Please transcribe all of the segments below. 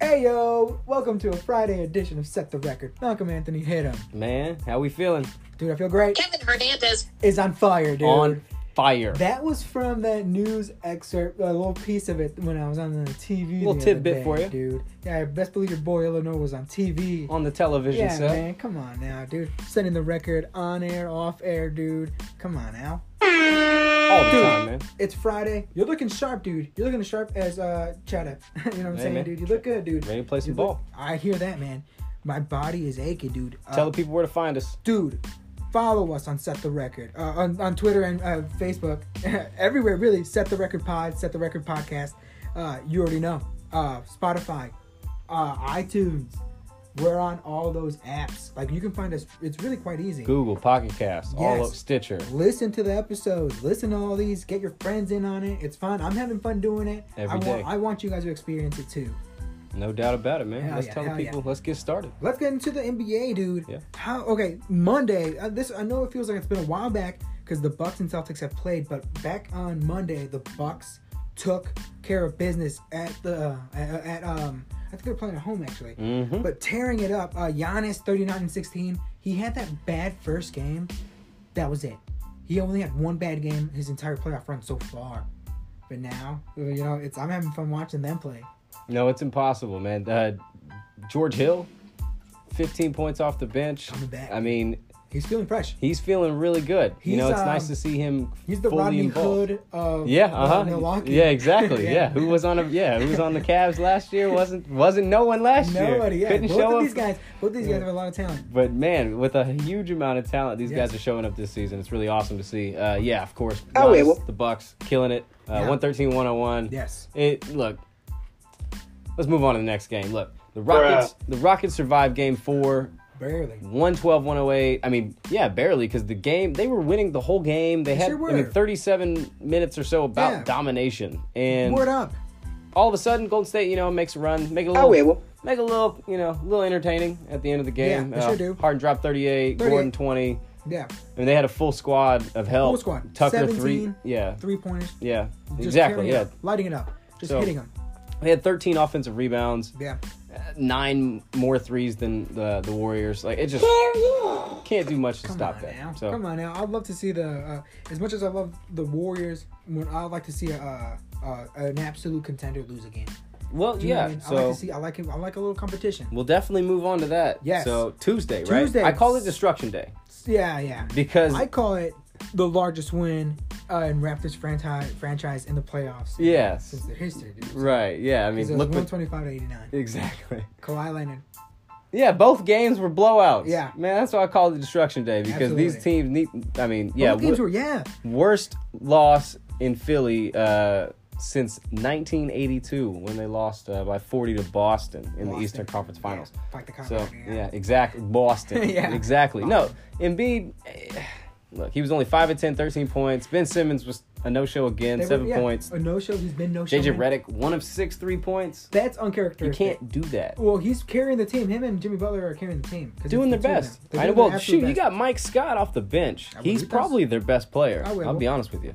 Hey yo, welcome to a Friday edition of Set the Record. Malcolm Anthony, hit him. Man, how we feeling? Dude, I feel great. Kevin Hernandez. It's on fire, dude. On fire. That was from that news excerpt, a little piece of it when I was on the TV. Little the tidbit other day, for ya. Dude. Yeah, I best believe your boy Illinois was on TV. on the television yeah, set. man, come on now, dude. Setting the record on air, off air, dude. Come on now. All the Dude. time, man. It's Friday. You're looking sharp, dude. You're looking sharp as uh cheddar. you know what I'm Hey, saying, man. dude? You look good, dude. Ready to play some You look- ball. I hear that, man. My body is aching, dude. Uh, Tell the people where to find us. dude follow us on set the record uh, on, on twitter and uh, facebook everywhere really set the record pod set the record podcast uh, you already know uh, spotify uh, itunes we're on all those apps like you can find us it's really quite easy Google, Pocket Cast, all Yes. up Stitcher. listen to the episodes listen to all these get your friends in on it it's fun i'm having fun doing it Every I, want, day. I want you guys to experience it too No doubt about it, man. Hell let's yeah, tell the hell yeah. people, let's get started. Let's get into the NBA, dude. Yeah. How? Okay, Monday. Uh, this I know it feels like it's been a while back because the Bucks and Celtics have played, but back on Monday, the Bucks took care of business at the uh, at, at um. I think they're playing at home actually, Mhm. but tearing it up. Uh, Giannis, thirty nine and sixteen. He had that bad first game. That was it. He only had one bad game his entire playoff run so far. But now, you know, it's I'm having fun watching them play. No, it's impossible, man. Uh, George Hill, 15 points off the bench. Coming back. I mean, He's feeling fresh. he's feeling really good. you He's, know, it's um, nice to see him He's the fully Rodney involved. Hood of Yeah, uh, uh huh. Milwaukee. Yeah, exactly. yeah. who was on a yeah, who was on the Cavs last year? Wasn't wasn't no one last year. nobody? Yeah, Couldn't both show of up. these guys, both these Yeah. guys have a lot of talent. But man, with a huge amount of talent, these Yes. guys are showing up this season. It's really awesome to see. Uh, yeah, of course. Oh, Giannis, yeah, well- the Bucks killing it. Uh, Yeah. 113-101. Yes, It look. Let's move on to the next game. Look, the Rockets. The Rockets survived Game Four, barely. 112-108. I mean, yeah, barely because the game they were winning the whole game. They, had sure I mean, were. 37 minutes or so about Yeah. domination, and Word up. all of a sudden Golden State, you know, makes a run, make it a Oh, little, we will. make it a little, you know, a little entertaining at the end of the game. Uh, Yeah, they sure do. Harden dropped 38, 38. Gordon 20. Yeah, I mean, they had a full squad of help. Full squad. Tucker 17. three. Yeah. three pointers. Yeah. Just exactly. carrying it Yeah. up, lighting it up, just So- hitting them. They had 13 offensive rebounds, uh, Yeah, nine more threes than the the Warriors. Like it just can't do much to come stop on that. now. So Come on now. I'd love to see the uh, as much as I love the Warriors. When I'd like to see a, uh, uh, an absolute contender lose a game. well, Do you know what yeah. I mean? I like So to see. I like him. I like a little competition. we'll definitely move on to that. Yes. So Tuesday, right? Tuesday. I call it Destruction Day Yeah, yeah. because I call it the largest win uh, in Raptors franchise franchise in the playoffs. yes, since their history. Dude. right. Yeah. I It was mean, look. What, 125 to 89. exactly. Kawhi Leonard. Yeah, both games were blowouts. Yeah. man, that's why I call it Destruction Day because these Absolutely. teams need. I mean, yeah, Both games wo- were yeah. worst loss in Philly uh, since 1982 when they lost uh, by 40 to Boston in the Boston. Eastern Conference Yeah, Finals. fuck the So Conference, yeah, exactly. Boston. Yeah. Exactly. No, Embiid. eh, Look, he was only five of 10, 13 points. Ben Simmons was a no-show again, They were- seven yeah, Oh, points. A no show. He's been no show. JJ Redick, one of six three points. That's You uncharacteristic. can't do that. Well, he's carrying the team. Him and Jimmy Butler are carrying the team. 'cause doing their it's the two of best. them. They're I know, doing well, their shoot, absolute you best. got Mike Scott off the bench. I He's believe probably their best player. I will. I'll be honest with you.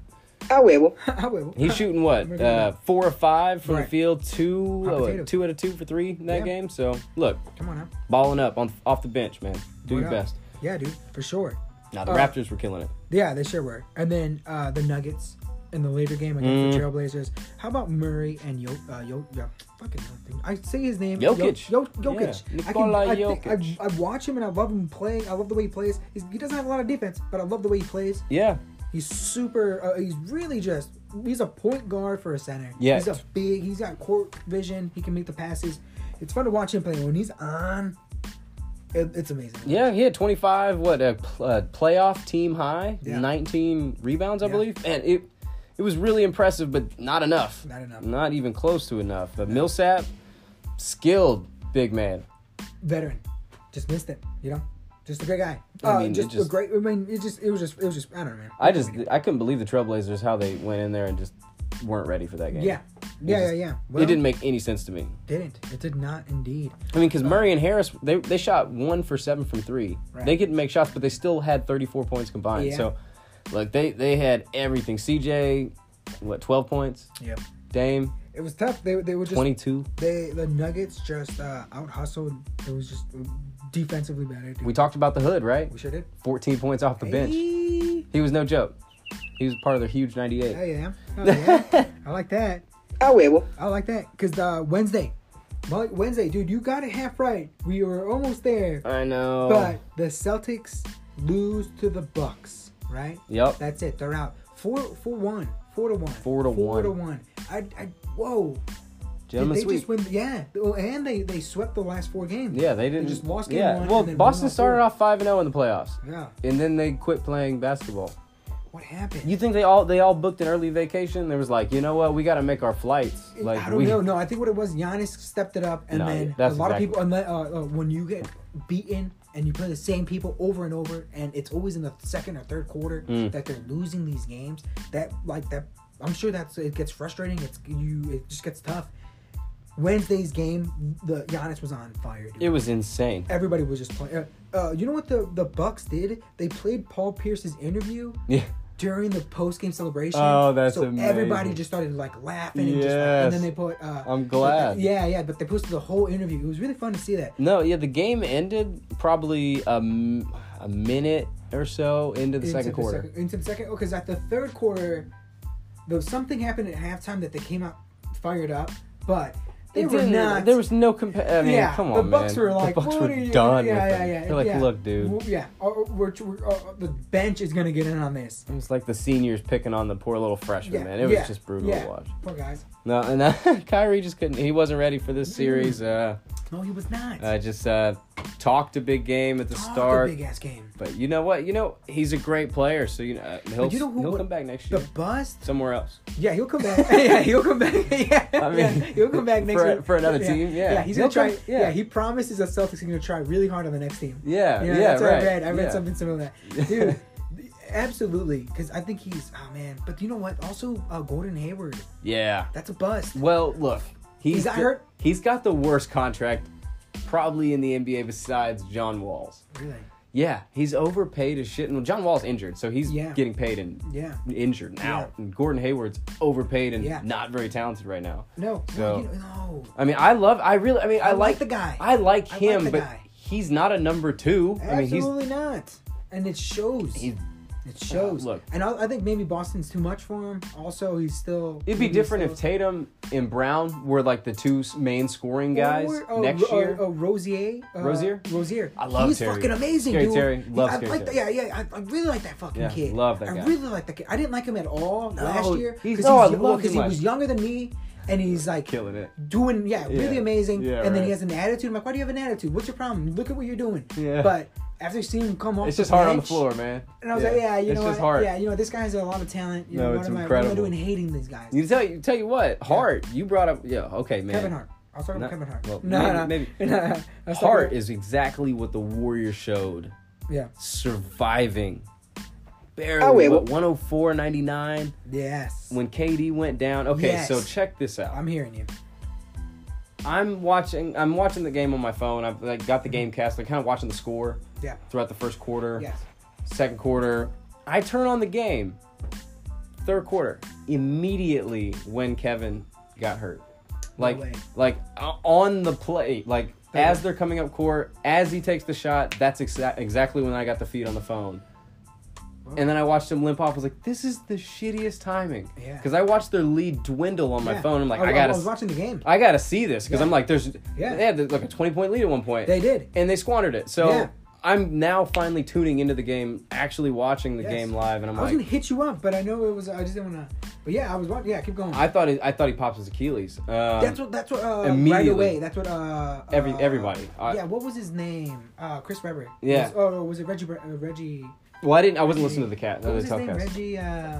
Ah, Oh, we will. I will. He's shooting what Remember uh, that. four or five from Right. the field, two Hot oh, potato. two out of two for three in that Yeah. game. So look, Come on now. balling up on off the bench, man. Do Word your up. best. Yeah, dude, for sure. Now the Uh, Raptors were killing it. Yeah, they sure were. And then uh, the Nuggets in the later game against the Mm. Trailblazers. How about Murray and Yo? Uh, Yo, yeah, fucking nothing. I say his name. Jokic. Yo, Yo, Jokic. I Yeah, can. Nikola I, think, Jokic. I, I watch him and I love him playing. I love the way he plays. He's, he doesn't have a lot of defense, but I love the way he plays. Yeah, He's super. Uh, he's really just. He's a point guard for a center. Yeah. He's a big. He's got court vision. He can make the passes. It's fun to watch him play. When he's on, it, it's amazing. yeah. He had twenty five. What a pl- uh, playoff team high. Yeah. Nineteen rebounds, I Yeah. believe. Man, it it was really impressive, but not enough. Not enough. Not even close to enough. But Millsap, skilled big man. veteran. Just missed it, you know. Just a great guy. I uh, mean, it just, a just- great. I mean, it just it was just it was just I don't know, man. I just I couldn't believe the Trailblazers how they went in there and just weren't ready for that game. yeah, yeah, yeah, just- yeah. it didn't make any sense to me. Didn't it did not indeed. I mean, because Murray and Harris, they, they shot one for seven from three. Right. They couldn't make shots, but they still had 34 points combined. Yeah. So, look, they, they had everything. CJ, what, 12 points? Yep. Dame, It was tough. They they were just 22. they the Nuggets just uh, out hustled. It was just uh, defensively better. Dude. We talked about the hood, right? we sure did. 14 points off the bench. Hey. He was no joke. He was part of the huge 98. Hell yeah. Hell Oh, yeah. I like that. Oh, yeah, well, I like that because uh, Wednesday, Mo- Wednesday, dude, you got it half right. We were almost there, I know. but the Celtics lose to the Bucks, right? yep. That's it. They're out. Four, four, one, four to one, Four to four one. to one. I, I, whoa. Did Gentlemen they sweep. just win? Yeah. Oh, And they they swept the last four games. yeah, they didn't. just lost game yeah. one well, and then won Boston all started four. off 5 and 0 in the playoffs. Yeah. And then they quit playing basketball. What happened? You think they all they all booked an early vacation? They was like, you know what, we got to make our flights. Like I don't we, know. No, I think what it was, Giannis stepped it up, and No, then a that's lot exactly- of people. Unless, uh, uh, when you get beaten and you play the same people over and over, and it's always in the second or third quarter Mm. that they're losing these games. That like that, I'm sure that's it gets frustrating. It's you. It just gets tough. Wednesday's game, the Giannis was on fire. Dude. It was insane. Everybody was just playing. Uh, uh, you know what the the Bucks did? They played Paul Pierce's interview Yeah. during the post game celebration. Oh, that's so everybody amazing. just started like laughing and just like, Yes. and then they put. Uh, I'm glad. Yeah, yeah, but they posted the whole interview. It was really fun to see that. No, yeah, the game ended probably a, m- a minute or so into the second quarter. second- into the second, because at the third quarter, though something happened at halftime that they came out fired up, but they It were didn't- not. There was no compa- I mean, yeah, come on, the Bucks man. were like, the Bucks what are were you- done yeah, with yeah, them. yeah, They're like, yeah. look, dude. W- Yeah, uh, we're, we're, uh, the bench is gonna get in on this. It was like the seniors picking on the poor little freshman, Yeah, man. It was yeah, just brutal yeah. to watch. Poor guys. No, and uh, Kyrie just couldn't. He wasn't ready for this series. Uh, No, he was not. uh, just uh, talked a big game at the Talk a start. big ass game. But you know what? You know he's a great player, so you know uh, he'll But you know who he'll would- come back next The year bust somewhere else. Yeah, he'll come back. yeah, he'll come back. yeah, I mean, yeah, he'll come back next for- week for another team, yeah. yeah, he's He'll gonna try. come- yeah. yeah. he promises us Celtics are gonna try really hard on the next team. Yeah, You know, Uh, yeah, that's what right. I read. I read yeah. something similar to that, dude. absolutely, because I think he's oh man. But you know what? Also, uh, Gordon Hayward, Yeah. that's a bust. Well, look, he's He's got the- hurt? He's got the worst contract probably in the NBA besides John Wall's. Really? Yeah, he's overpaid as shit. And John Wall's injured, so he's Yeah. getting paid and Yeah. injured and Yeah. out. And Gordon Hayward's overpaid and Yeah. not very talented right now. No. no, So- you know- no. I mean, I love. I really. I mean, I, I like the guy. I like I like him, the but guy. he's not a number two. I mean, he's Absolutely not. And it shows. He's- it shows. Look. and I, I think maybe Boston's too much for him. Also, he's still. It'd be he's different still- if Tatum and Brown were like the two s- main scoring guys Or, uh, next Ro- year. uh, uh, Rosier. Uh, Rosier? Rosier. I love He's Terry. fucking amazing, Scary dude. Terry. Love I Scary like that. Yeah, Terry. yeah. I, I really like that fucking Yeah, kid. love that I guy. really like that kid. I didn't like him at all last year he's- because no, I he's- love because him he last was year. younger than me, and he's like Killing it. doing yeah, really Yeah. amazing. Yeah, and then he right. has an attitude. I'm like, why do you have an attitude? What's your problem? Look at what you're doing. Yeah. But after seeing him come off, It's the just hard on the bench, floor, man. And I was like, yeah, you it's know, just what? hard. yeah, you know, this guy has a lot of talent. You No, know, what it's am I- What am I incredible. doing hating these guys? You tell you tell you what, Hart. You brought up yeah. Okay, man. Kevin Hart. I'll start No, with Kevin Hart. well, no, maybe- no, no. I'll start Hart with- is exactly what the Warriors showed, yeah. surviving. Barely, Oh, wait, what, 104.99 Yes. when KD went down. Okay, Yes. so check this out. I'm hearing you. I'm watching. I'm watching the game on my phone. I've like got the game cast. I'm kind of watching the score Yeah. throughout the first quarter. Yes. Second quarter, I turn on the game. Third quarter, immediately when Kevin got hurt, like way. like uh, on the play, like as they're coming up court, as he takes the shot, that's exa- exactly when I got the feed on the phone. And then I watched him limp off. I was like, "This is the shittiest timing." Yeah. Because I watched their lead dwindle on my Yeah. Oh, phone. I'm like, I, "I, gotta." I was watching the game. I gotta see this because Yeah. I'm like, there's, Yeah. they had like a 20 point lead at one point. They did. and they squandered it. So Yeah. I'm now finally tuning into the game, actually watching the Yes. game live, and I'm I was like, gonna hit you up, but I know it was. I just didn't wanna. But yeah, I was watching. Yeah, keep going. I thought he, I thought he pops his Achilles. Um, that's what. That's what. Uh, Right Immediately. away. That's what. Uh, Every- uh, everybody. I- yeah. What was his name? Uh, Chris Webber. Yeah. Was, oh, was it Reggie? Bre- Uh, Reggie. Well, I didn't. I wasn't listening to the cat. What the was his name? telecast. Reggie. Uh,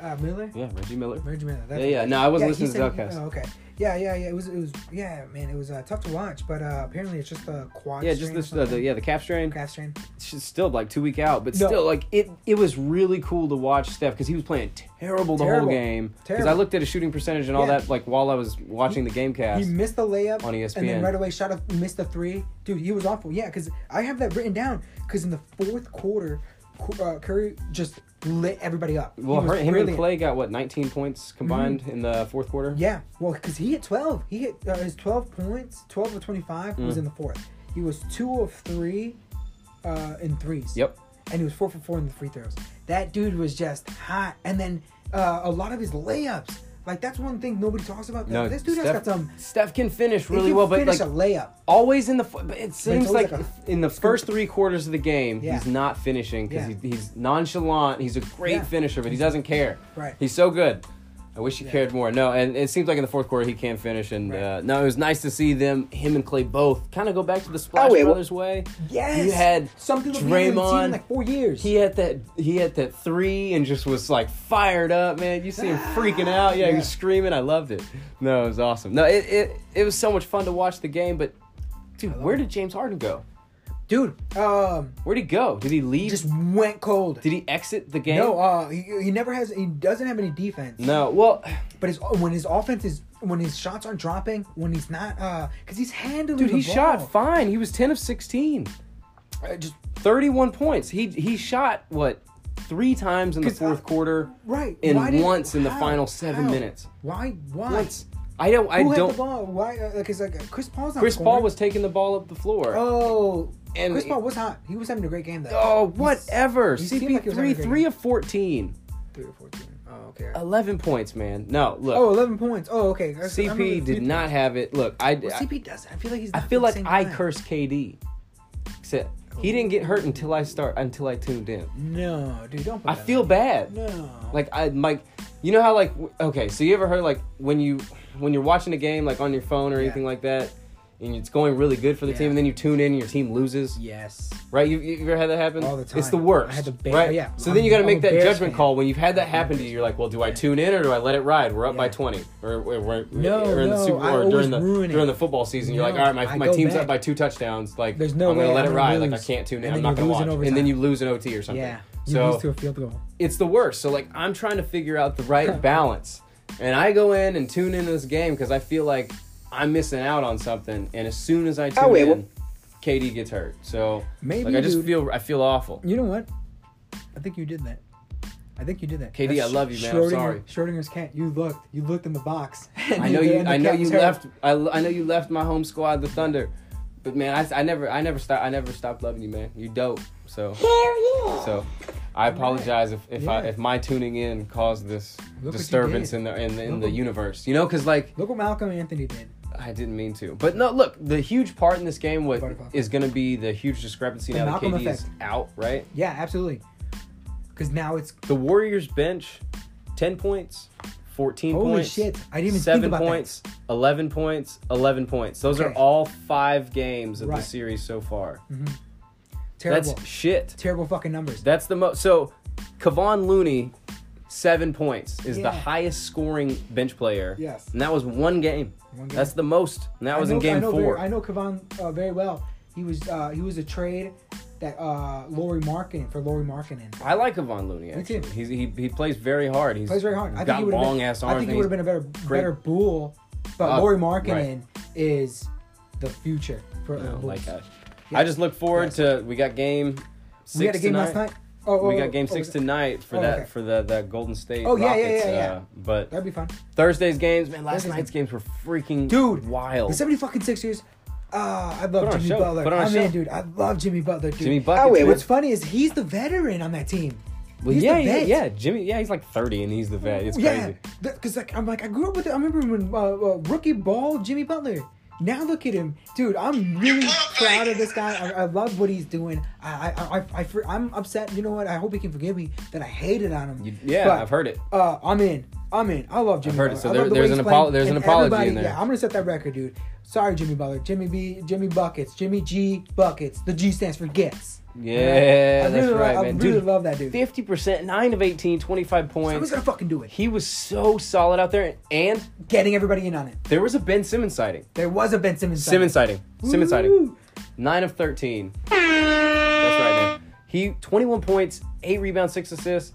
uh, Miller. Yeah, Reggie Miller. Reggie Miller. That's Yeah, yeah. No, I wasn't he listening to said- Zelcast. Oh, okay. Yeah, yeah, yeah. It was. It was. Yeah, man. It was uh, tough to watch, but uh, apparently it's just a quad. Yeah, just strain or this, the, the something. yeah the calf strain. calf strain. She's still like two week out, but No. still like it. It was really cool to watch Steph because he was playing terrible the Terrible. whole game. Because I Terrible. looked at his shooting percentage and all Yeah. that like while I was watching the game cast. He missed the layup On E ESPN. and then right away shot a missed a three. Dude, he was awful. Yeah, because I have that written down. Because in the fourth quarter, Cu- uh, Curry just lit everybody up. He Well, was her, him and brilliant. Mm-hmm. Clay got what 19 points combined in the fourth quarter. Yeah, well, because he hit 12. He hit uh, his 12 points, 12 of 25 was Mm. in the fourth. He was two of three uh, in threes. Yep. And he was four for four in the free throws. That dude was just hot. And then uh, a lot of his layups. Like, that's one thing nobody talks about. No, this dude Steph, has got some. Steph can finish he really can well, but finish like a layup. always in the. f- But it seems always like, like in the first three quarters of the game, Yeah. he's not finishing because Yeah. he, he's nonchalant. He's a great Yeah. finisher, but he doesn't care. Right. He's so good. I wish he Yeah. cared more. No, and it seems like in the fourth quarter he can finish. And Right. uh, no, it was nice to see them, him and Clay both, kind of go back to the Splash Oh, it wa- Brothers way. Yes. You had something that we haven't seen in Draymond. like four years. He had that. He had that three, and just was like fired up, man. You see him freaking out. Yeah, he Yeah. was screaming. I loved it. No, it was awesome. No, it it, it was so much fun to watch the game. But dude, where did James Harden go? dude, um, Where did he go? Did he leave? just went cold. did he exit the game? no, uh, he, he never has. He doesn't have any defense. No. Well, But his when his offense is when his shots aren't dropping, when he's not uh cuz he's handling dude, the he ball. shot fine. He was ten of sixteen. Uh, just 31 points. He he shot what three times in the 'Cause fourth I- quarter right. and Why did- once in the how? final seven How? minutes. Why why? Once. I don't. I Who had don't. the ball? Why uh, like it's like uh, Chris Paul's not Chris Paul scoring. was taking the ball up the floor. Oh. And- Chris Paul was hot. He was having a great game though. Oh, He's whatever. he seemed like he was having a CP3, great 3 game. of 14. 3 or 14. Oh, okay. 11 points, man. No, look. Oh, 11 points. Oh, okay. I- I remember CP the did three- not have it. Look, I, Well, I, CP does. I feel like he's. I not feel at the same like I time. cursed KD. Except he didn't get hurt until I start until I tuned in. No, dude, don't. Put I that feel on. bad. No. Like I like you know how like w- okay, so you ever heard like when you when you're watching a game like on your phone or Yeah. anything like that and it's going really good for the Yeah. team and then you tune in and your team loses? yes. Right? You, you ever had that happen? All the time. It's the worst. I had to ba- right? yeah. So I'm- then you got to I'm make a that Bears judgment fan. call. When you've had that happen to you, you're like, well, do I tune in or do I let it ride? We're up by Yeah. 20. Or, or, or, No, or in the no, Super Bowl I or always during the ruin it. during the football season, you're No, like, all right, my, I my go team's back. up by two touchdowns. Like, There's no I'm gonna way let I'm it gonna ride. Like, I lose. can't tune in. And I'm then not you going to lose watch. in And then overtime. you lose an OT or something. Yeah. You So lose to a field goal. it's the worst. So like I'm trying to figure out the right balance. And I go in and tune into this game because I feel like I'm missing out on something. And as soon as I tune wait, in, well- KD gets hurt. So Oh, Maybe, like I just dude. feel I feel awful. You know what? I think you did that. I think you did that. KD, I love you, man. I'm Schrodinger- sorry. Schrodinger's cat. You looked. You looked in the box. I know you. And the I know cat you was hurt. left. I, l- I know you left my home squad, the Thunder. But man, I, I never I never stop I never stopped loving you, man. You dope. So Hell yeah. so. I apologize if, if, I, Yeah. if my tuning in caused this what you disturbance did. in the in the, in Look the what- universe, you know, because like Look what Malcolm Anthony did. I didn't mean to. But no, look, the huge part in this game was, Butterfly. is going to be the huge discrepancy The now that Malcolm KD is effect. out, right? Yeah, absolutely. Because now it's The Warriors bench, 10 points, 14 holy points. shit. I didn't even think 7 about points, 11 points, 11 points. Those are Okay. all five games of the Right. series so far. that. Terrible. That's shit. terrible fucking numbers. That's the most. So, Kevon Looney, seven points, is Yeah. the highest scoring bench player. Yes. And that was one game. One game. That's the most. And that I was know- in game I know four. Very, I know Kavan uh, very well. He was uh, he was a trade that uh, Lori Markkinen for Lori Markkinen. I like Avon Looney. Me too. Actually. He's, he he plays very hard. He's Plays very hard. I think got he would've been- long ass arms. I think he and would have been he's- a better great. better bull, but Uh, Lori Markkinen is the future for I the don't Bulls. like uh, that. Yeah. I just look forward to. We got game. Six we had a game tonight. last night. Oh, oh, we oh, got game oh, six was it- tonight for Oh, that okay. for the that Golden State. Oh, yeah, yeah, Rockets, yeah, yeah. uh, but That'd be fun, Thursday's games, man. Last Thursday's night's games were freaking dude. wild. The 70 fucking Sixers. Ah, I on love a Jimmy show. Butler. Oh. Put on a I mean, show. dude, I love Jimmy Butler, dude. Jimmy Oh, wait, Bucket. What's funny is he's the veteran on that team. well, he's yeah, the yeah, vet. yeah. Jimmy, yeah, he's like thirty and he's the vet. It's yeah, crazy. because like I'm like I grew up with. it. I remember when uh, uh, rookie ball Jimmy Butler. Now look at him, dude. I'm really proud of this guy. I, I love what he's doing. I I I, I fr- I'm upset. You know what? I hope he can forgive me that I hated on him. You- yeah, But, I've heard it. Uh, I'm in. I'm in. I love Jimmy. heard it. Butler. So I there- love the there's way an he's apolo- playing. there's an And apology in everybody- there. Yeah, I'm gonna set that record, dude. Sorry, Jimmy Butler. Jimmy B. Jimmy buckets. Jimmy G. Buckets. The G stands for gets. Yeah, I that's really- right, I man. really Dude, love that dude. Fifty percent, nine of 18, 25 Who's points. gonna fucking do it? He was so solid out there, and Getting everybody in on it. There was a Ben Simmons sighting. There was a Ben Simmons. signing. Simmons sighting. Simmons sighting. Woo! Nine of thirteen. That's right, man. He twenty-one points, eight rebounds, six assists.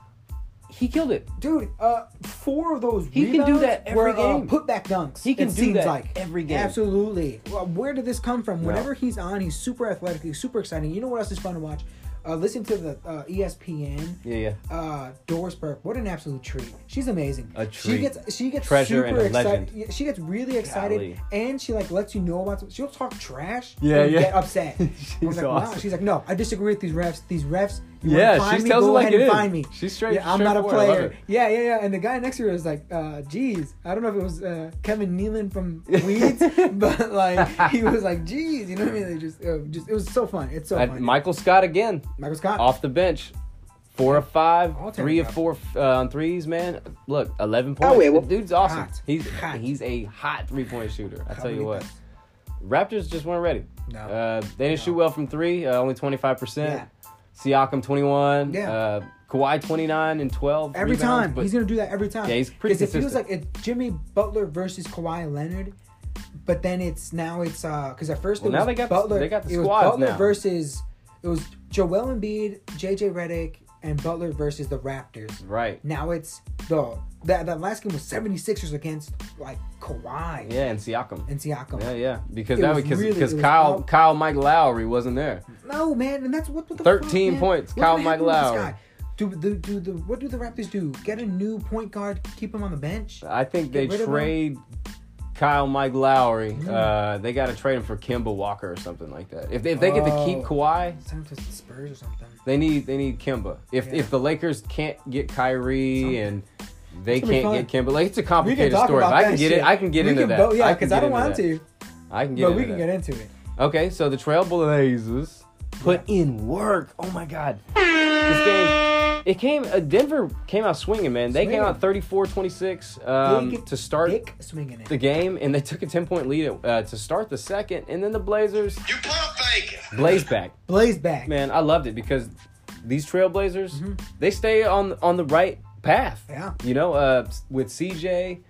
He killed it. Dude, uh, four of those He can do rebounds that every were, game. Uh, put back dunks. He can it do seems that like. every game. Absolutely. Well, where did this come from? Whenever he's on, he's super athletic. He's super exciting. You know what else is fun to watch? Uh, listen to the uh, ESPN. Yeah, yeah. Uh, Doris Burke, what an absolute treat! She's amazing. A She treat. gets she gets super Treasure and a excited. legend. Yeah, She gets really excited, Golly. and she like lets you know about. Some, she'll talk trash. Yeah, and yeah. Get upset. I was She's like, awesome. She's like, no, I disagree with these refs. These refs. You Yeah, wanna find she me, tells go it like ahead it and is. find me. She's straight- Yeah, I'm not a straightforward. I love player. it. Yeah, yeah, yeah. And the guy next to her was like, uh, geez, I don't know if it was uh, Kevin Nealon from Weeds, but like he was like, geez, you know what I mean? They just, uh, just it was so fun. It's so I- fun. Michael Scott again Michael Scott. off the bench. Four or five, I'll take three or that. four uh, on threes, man. Look, eleven points. will. The dude's awesome. Oh, Hot. He's Hot. he's a hot three point shooter. I How tell you many what, times? Raptors just weren't ready. No. uh, they didn't shoot well from three. Uh, only twenty five percent. Siakam twenty one. Yeah. uh, Kawhi twenty nine and twelve. Every rebounds, time but- he's gonna do that every time. Yeah, he's pretty 'Cause it feels like consistent. it's Jimmy Butler versus Kawhi Leonard, but then it's now it's uh because at first Well, it now was they got the- Butler. they got the it was squads Butler now. versus it was Joel Embiid, JJ Redick, and Butler versus the Raptors. right. Now it's the that that last game was 76ers against like Kawhi Yeah, and Siakam. and Siakam. Yeah, yeah. Because It that was because really- because it was Kyle all- Kyle Mike Lowry wasn't there. No man, and that's what, what the 13 fuck, man? points, What's Kyle gonna happen Mike with this Lowry. guy? Do the do the what do the Raptors do? Get a new point guard, keep him on the bench. I think Get they rid of him? Mm-hmm. trade Kyle Mike Lowry. Uh, they got to trade him for Kimba Walker or something like that. If they, if they get to keep Oh. Kawhi, Send him to the Spurs or something. they need they need Kimba. If Yeah. if the Lakers can't get Kyrie Something. and they It's gonna be can't get Kimba, like it's a We can complicated talk story. about But I can that get shit. it. I can get we into can that. Go, yeah, I can because I, get don't into want that. to. I can get But into we can that. get into it. Okay, so the Trailblazers put in work. Oh my God. This game, it came, uh, Denver came out swinging, man. They came Swinging. out 34 26 um, Big to start dick swinging it. the game, and they took a 10 point lead uh, to start the second. And then the Blazers You pump fake. blazed back. Blaze back. Man, I loved it because these Trailblazers, they stay on, on the right path. Mm-hmm. Yeah. You know, uh, with CJ.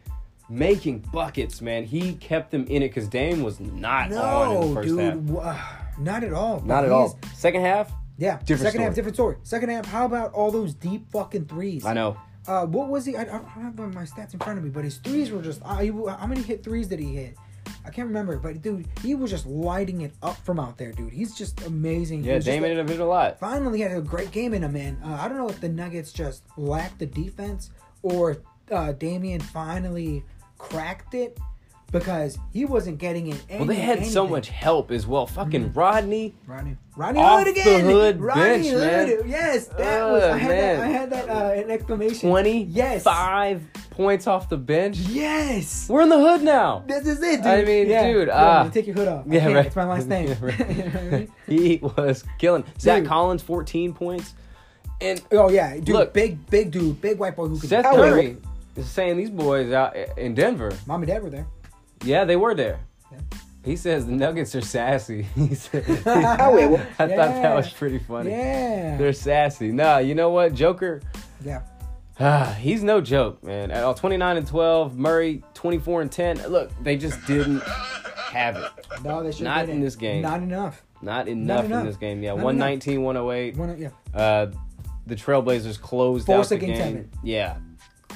Making buckets, man. He kept them in it because Dame was not Oh, on in the No, first dude. half. wha- not at all. Not He's- at all. Second half, Yeah. Different Second half, story. different story. Second half, how about all those deep fucking threes? I know. Uh, what was he? I, I don't have my stats in front of me, but his threes were just. I, how many hit threes did he hit? I can't remember, but dude, he was just lighting it up from out there, dude. He's just amazing. He Yeah, was just Dame ended up hitting a lot. finally had a great game in him, man. Uh, I don't know if the Nuggets just lacked the defense or uh, Damian finally cracked it because he wasn't getting it. Any, Well, they had so anything. much help as well. Fucking Mm-hmm. Rodney. Rodney, Rodney Off Hood the again. hood Rodney bench, Hood. man. Yes, that Oh, was. I had man. that. I had that. Uh, an exclamation. 20. Yes. Five points off the bench. Yes. We're in the hood now. This is it, dude. I mean, yeah. dude, Yeah, ah. man, take your hood off. I Yeah, can't. right. It's my last name. Yeah, right. You know what I mean? He was killing. Zach Dude. Collins, 14 points. And Oh yeah, dude, Look. big, big dude, big white boy who could. Seth Oh, Curry is saying these boys out in Denver, Mom and dad were there. yeah, they were there. Yeah. He says the Nuggets are sassy. He said, I will. I thought Yeah. that was pretty funny. Yeah. They're sassy. Nah, you know what? Joker, yeah. Ah, he's no joke, man. At all, 29 and 12, Murray 24 and 10. Look, they just didn't have it. No, they should Not get in it. this game. Not enough. Not enough, enough. in this game. Yeah, Not 119, 108. One, yeah. Uh, the Trailblazers closed Force out the a game game. seven. Yeah.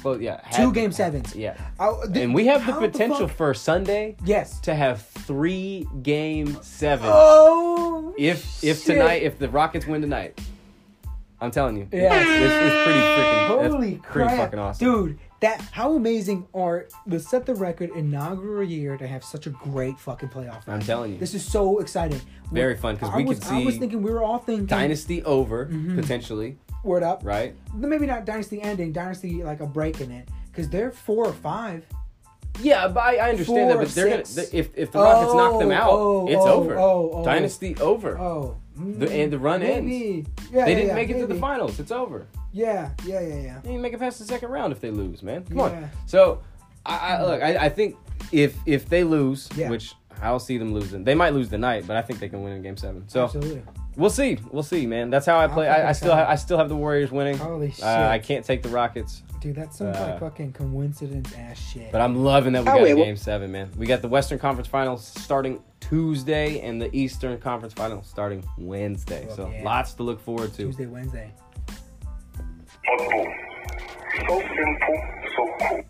Close, yeah. had- Two game sevens. Yeah. I- th- And we have the Oh, how potential fuck- for Sunday yes. to have three game sevens. Oh. if if shit. tonight, if the Rockets win tonight, I'm telling you. Yeah. It's, it's pretty freaking Holy it's pretty crap, fucking awesome. dude! That how amazing are the set the record inaugural year to have such a great fucking playoff. I'm telling you. This is so exciting. Very fun, 'cause I we was- could I was see thinking Mm-hmm. we were all thinking Dynasty over, potentially, Word up, right? Maybe not dynasty ending, dynasty like a break in it, because they're four or five. Yeah, but I, I understand Four that. But they're gonna, six. they- if if the Rockets knock them Oh, out, oh, it's oh, over. oh, oh. Dynasty over. Oh, The- and the run maybe. Yeah, they yeah, didn't yeah, make it to maybe. the finals. It's over. Yeah, yeah, yeah, yeah. They didn't make it past the second round if they lose, man. Come Yeah. on. So, I, I look. I, I think if if they lose, Yeah. which I'll see them losing, they might lose tonight, but I think they can win in Game Seven. So Absolutely. we'll see. We'll see, man. That's how I play. fucking I, I still excited. have, I still have the Warriors winning. Holy shit. Uh, I can't take the Rockets, Dude, that's some Uh, like fucking coincidence ass shit. but I'm loving that we Oh, got wait, a what- Game Seven, man. We got the Western Conference Finals starting Tuesday and the Eastern Conference Finals starting Wednesday. Well, so yeah. lots to look forward to. Tuesday, Wednesday. Oddball. So simple, so cool.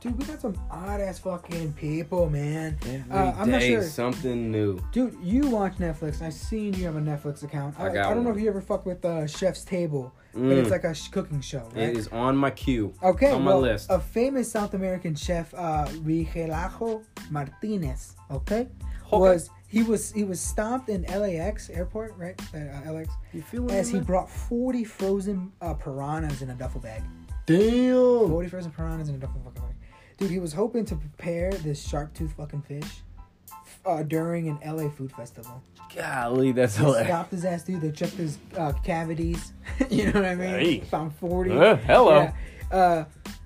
Dude, we got some odd ass fucking people, man. Every Uh, I'm not day sure. something new. Dude, you watch Netflix. I've seen you have a Netflix account. I, I got I don't know one. if you ever fuck with uh, Chef's Table, but Mm. it's like a sh- cooking show, right? It is on my queue. Okay, on my well, uh, list. a famous South American chef, uh, Rigelajo Martinez. Okay, was he was he was stopped in LAX airport, right? At, uh, LAX, you feeling as he it, man? brought forty frozen uh, piranhas in a duffel bag. Damn. Forty frozen piranhas in a duffel fucking bag. Dude, he was hoping to prepare this sharp tooth fucking fish uh, during an LA food festival. Golly, that's They hilarious. stopped his ass, dude. They checked his uh, cavities. you know what I mean? Hey. Found 40. Uh, hello. Yeah.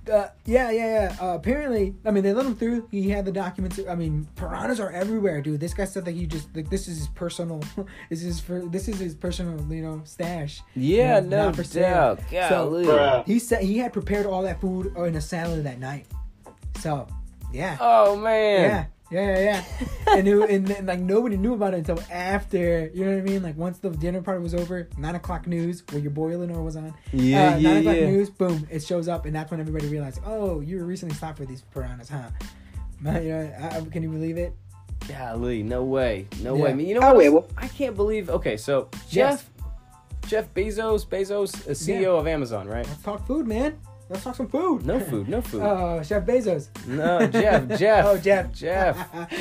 Uh, uh, yeah, yeah, yeah. Uh, apparently, I mean, they let him through. He had the documents. I mean, piranhas are everywhere, dude. This guy said that he just like this is his personal, this is for this is his personal, you know, stash. Yeah, Not- no not for sale. doubt. So- Golly. Bruh. He said he had prepared all that food uh, in a salad that night. So, yeah. Oh man. Yeah, yeah, yeah, yeah. and, it, and then, like nobody knew about it until after. You know what I mean? Like once the dinner party was over, nine o'clock news where your boy Eleanor was on. Yeah, uh, yeah, nine o'clock yeah. news. Boom! It shows up, and that's when everybody realized, oh, you were recently stopped for these piranhas, huh? Man, You know, I, I- can you believe it? Golly, no way, no Yeah. way. I mean, you know I what? else- will. I can't believe. Okay, so Yes. Jeff, Jeff Bezos, Bezos, is CEO of Amazon, right? Let's talk food, man. Let's talk some food. No food, no food. Oh, Chef Bezos. no, Jeff, Jeff. Oh, Jeff. Jeff,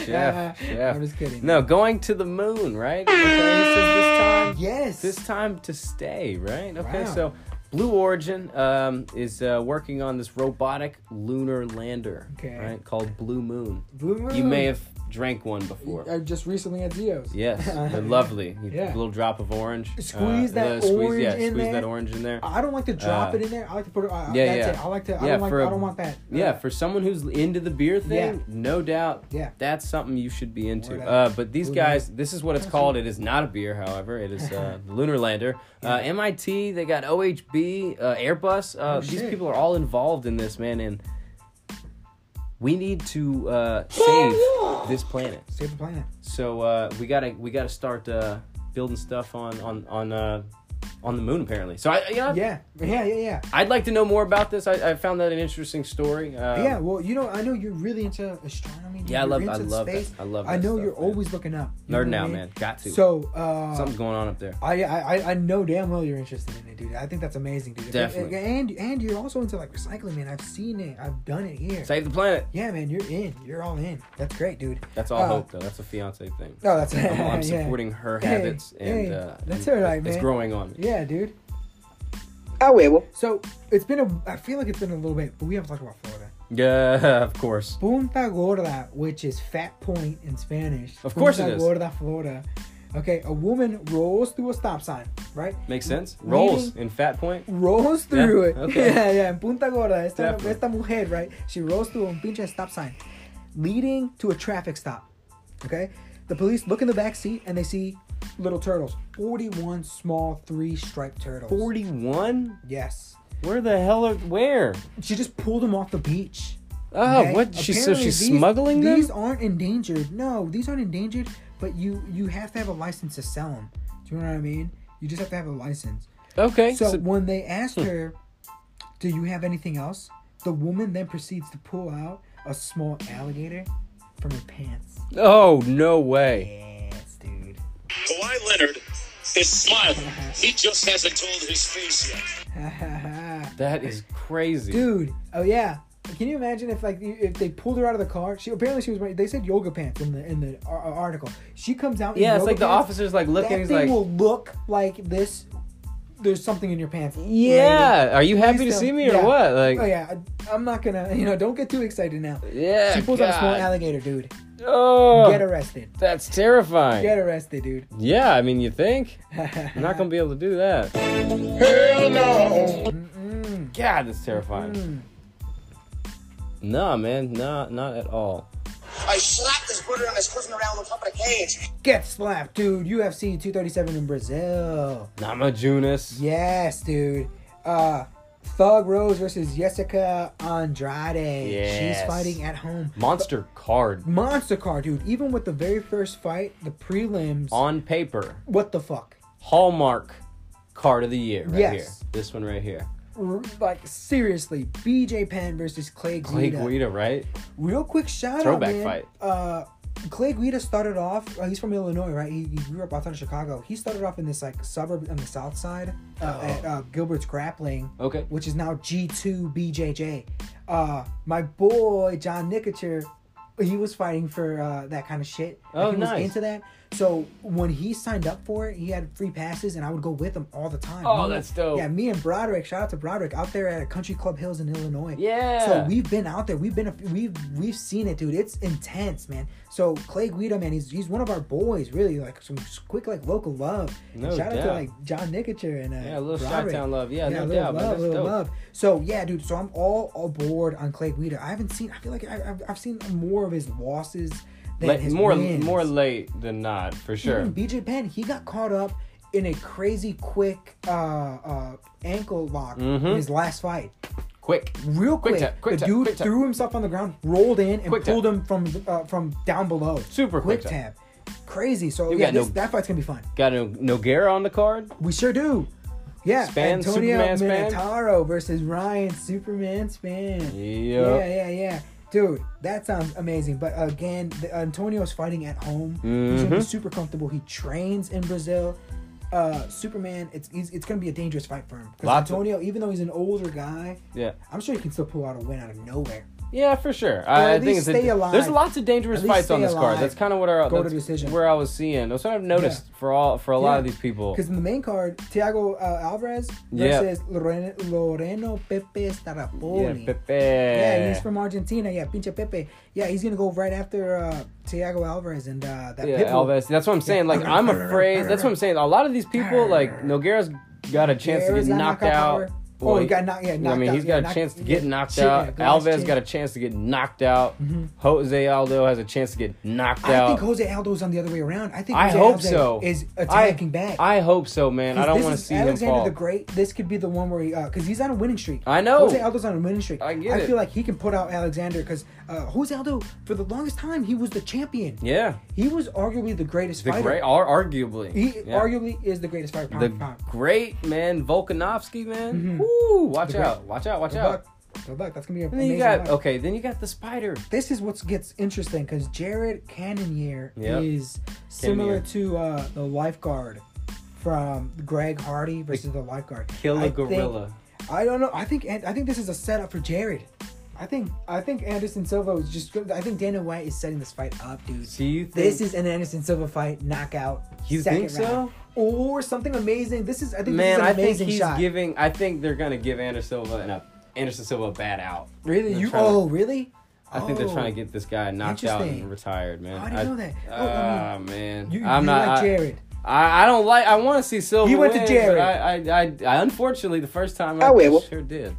Jeff, Jeff. I'm just kidding. No, going to the moon, right? Okay, he says this time, Yes. this time to stay, right? Okay, Wow. so Blue Origin um, is uh, working on this robotic lunar lander, Okay. right? Called Blue Moon. Blue Moon. You may have drank one before. I just recently at Zio's. Yes, they're lovely. You- Yeah. A little drop of orange. Squeeze Uh, that the squeeze, orange yeah, in squeeze there. that orange in there. I don't like to drop Uh, it in there. I like to put it. Uh, yeah, that's yeah. it. I like to. I Yeah, don't like. for I a- don't want that. Uh, yeah, for someone who's into the beer thing, Yeah. no doubt, Yeah. that's something you should be into. Word up. Uh, but these Blue guys, this is what it's called. It is not a beer, however, it is uh, the Lunar Lander. Uh, MIT, they got OHB, uh, Airbus. Uh, Oh, these shit. people are all involved in this, man, and we need to uh, save this planet. save the planet. So uh, we gotta we gotta start uh, building stuff on on on uh, on the moon apparently. So I yeah, Yeah, yeah, yeah, yeah. I'd like to know more about this. I, I found that an interesting story. Um, yeah. Well, you know, I know you're really into astronomy. dude. Yeah, I You're love I into love that. space. I love. I that know stuff, you're man. always looking up. You know nerd what I now, mean? man. Got to. So, uh, something's going on up there. I, I I- I know damn well you're interested in it, dude. I think that's amazing, dude. Definitely. And and you're also into like recycling, man. I've seen it. I've done it here. Save the planet. yeah, man. You're in. You're all in. That's great, dude. That's all Uh, hope though. That's a fiance thing. No, that's I'm, I'm yeah. supporting her Hey, habits and hey, uh, that's and all right, It's man. growing on me. Yeah, dude. I will. So it's been a. I feel like it's been a little bit, but we haven't talked about Florida. Yeah, of course. Punta Gorda, which is fat point in Spanish. Of course Punta it is. Gorda, Florida. Okay, a woman rolls through a stop sign, right? Makes sense. Rolls in Fat Point. Rolls through Yeah, it. okay. Yeah, yeah. In Punta Gorda, esta, Definitely. esta mujer, right? She rolls through a pinche stop sign, leading to a traffic stop. Okay? The police look in the back seat and they see little turtles. 41 small three striped turtles. Forty-one. Yes. Where the hell are? Where? She just pulled them off the beach. Oh, Okay? what? She so Apparently she's these- smuggling them. These aren't endangered. No, these aren't endangered. But you you have to have a license to sell them. Do you know what I mean? You just have to have a license. okay. So so- when they asked Hmm. her, "Do you have anything else?" the woman then proceeds to pull out a small alligator from her pants. Oh no way! Yes, dude. Kawhi Leonard is smiling. He just hasn't told his face yet. That is crazy. dude. Oh yeah. Can you imagine if like you- if they pulled her out of the car? She apparently she was wearing. They said yoga pants in the in the ar- ar- article. She comes out. in yeah, it's yoga like the pants. officer's like that looking. thing He's like, will look like this. There's something in your pants. "Yeah, are you happy to Please see don't- me or yeah. what?" Lady. Like, Oh yeah, I, I'm not gonna. You know, don't get too excited now. yeah. She pulls out a small God. alligator, dude. Oh, Get arrested. that's terrifying. Get arrested, dude. yeah, I mean, you think I'm not gonna be able to do that? Hell no. Mm-mm. God, that's terrifying. Mm. No, man, not not at all. I slapped this brother and I squished him around on top of the cage. Get slapped, dude. UFC 237 in Brazil. Namajunas. Yes, dude. Uh, Thug Rose versus Jessica Andrade. Yes. She's fighting at home. Monster card Monster car, dude. Even with the very first fight, the prelims. on paper. What the fuck? Hallmark card of the year right Yes. here. This one right here. r- like seriously, BJ Penn versus Clay Guida. Clay Guida, right? Real quick shout Throwback out, man. fight. Uh, Clay Guida started off. Uh, he's from Illinois, right? He, he grew up outside of Chicago. He started off in this like suburb on the south side uh, at uh, Gilbert's Grappling, Okay. which is now G two BJJ. Uh, my boy John Nicature, he was fighting for uh, that kind of shit. Oh, he nice. was into that. So when he signed up for it, he had free passes, and I would go with him all the time. Oh, Me- that's dope. Yeah, me and Broderick. Shout out to Broderick out there at Country Club Hills in Illinois. Yeah. So we've been out there. We've been a- we've we've seen it, dude. It's intense, man. So Clay Guida, man, he's he's one of our boys, really. Like some quick, like local love. And No shout out to doubt. like John Nicature and uh, Yeah, a little Broderick. Chi-Town love. Yeah, a no little doubt, man. love, That's little dope. love. So yeah, dude. So I'm all aboard on Clay Guida. I haven't seen. I feel like I, I've, I've seen more of his losses than Like, his Mm-hmm. more wins. more late than not, for sure. Even BJ Penn, he got caught up in a crazy quick uh, uh, ankle lock in his last fight. Quick. Real quick, Mm-hmm. Quick tap, quick the tap, dude quick tap. threw himself on the ground, rolled in, and Quick tap. pulled him from uh, from down below. Super quick tap. tap. Crazy. So You yeah, got no- this, that fight's gonna be fun. Got a Noguera on the card? We sure do. Yeah, Span, Antonio Superman Span? Minotauro versus Ryan Superman Span. Yup. Yeah, yeah, yeah. Dude, that sounds amazing. But again, the, Antonio's fighting at home. He's gonna be Mm-hmm. super comfortable. He trains in Brazil. Uh, Superman, it's he's, it's gonna be a dangerous fight for him. 'Cause Lots of- Antonio, even though he's an older guy, Yeah. I'm sure he can still pull out a win out of nowhere. Yeah, for sure. at I, I think least it's stay a, alive. there's lots of dangerous At least fights on stay this card. alive. That's kind of what our Go to that's decision. where I was seeing. That's what I've noticed for all for a lot of these people. Because in the main card, Thiago uh, Alvarez Yeah. versus Loreno, Loreno Pepe Starapoli. Yeah, Pepe. Yeah, he's from Argentina. Yeah, pinche Pepe. Yeah, he's gonna go right after uh, Thiago Alvarez and uh, that Yeah, Pitbull. Alves. That's what I'm saying. Like, I'm afraid. That's what I'm saying. A lot of these people, like Noguera's got a chance to Noguera's get got knocked knockout out. power. Oh, he got knocked- yeah, I knocked mean, out. he's Yeah, got a knocked- chence to yeah, get knocked chin, out. yeah, glass Alves chin. got a chance to get knocked out. Jose Aldo has a chance to get knocked Mm-hmm. I out. think Jose Aldo's on the other way around. I think I Jose hope Aldo so. is I- attacking back. I hope so, man. I don't This want to is see Alexander him fall. the Great. This could be the one where he, because he's on a winning streak. I know. Jose Aldo's on a winning streak. I get I it. feel like he can put out Alexander because uh, Jose Aldo, for the longest time, he was the champion. Yeah, He was arguably the greatest the fighter. great, or arguably, he Yeah. arguably is the greatest fighter. Pound the for pound. great man Volkanovski, man. Woo! Watch Mm-hmm. great- out! Watch out! Watch Good out! luck. Good luck. That's gonna be an And then amazing. you got fight. okay. Then you got the spider. this is what gets interesting because Jared Cannonier Yep. is similar Cannonier. to uh, the lifeguard from Greg Hardy versus the lifeguard. Kill I a think- gorilla. I don't know. I think and I think this is a setup for Jared. I think I think Anderson Silva is just. good- I think Dana White is setting this fight up, dude. So you think this is an Anderson Silva fight, knockout. You second think so? round. Or something amazing. This is I think this is man? an I think amazing he's shot. giving. I think they're gonna give Anderson Silva an up. Anderson Silva a bad out. really? They're You? trying to- Oh, really? I think they're Oh. trying to get this guy knocked out Interesting. and retired, man. How do you know that? Oh, I Ah, man. You, I'm you not like I- Jared. I, I don't like. I want to see Silva. He went to Oh, win, Jared. but I, I, I, I unfortunately the first time I, I will. sure did.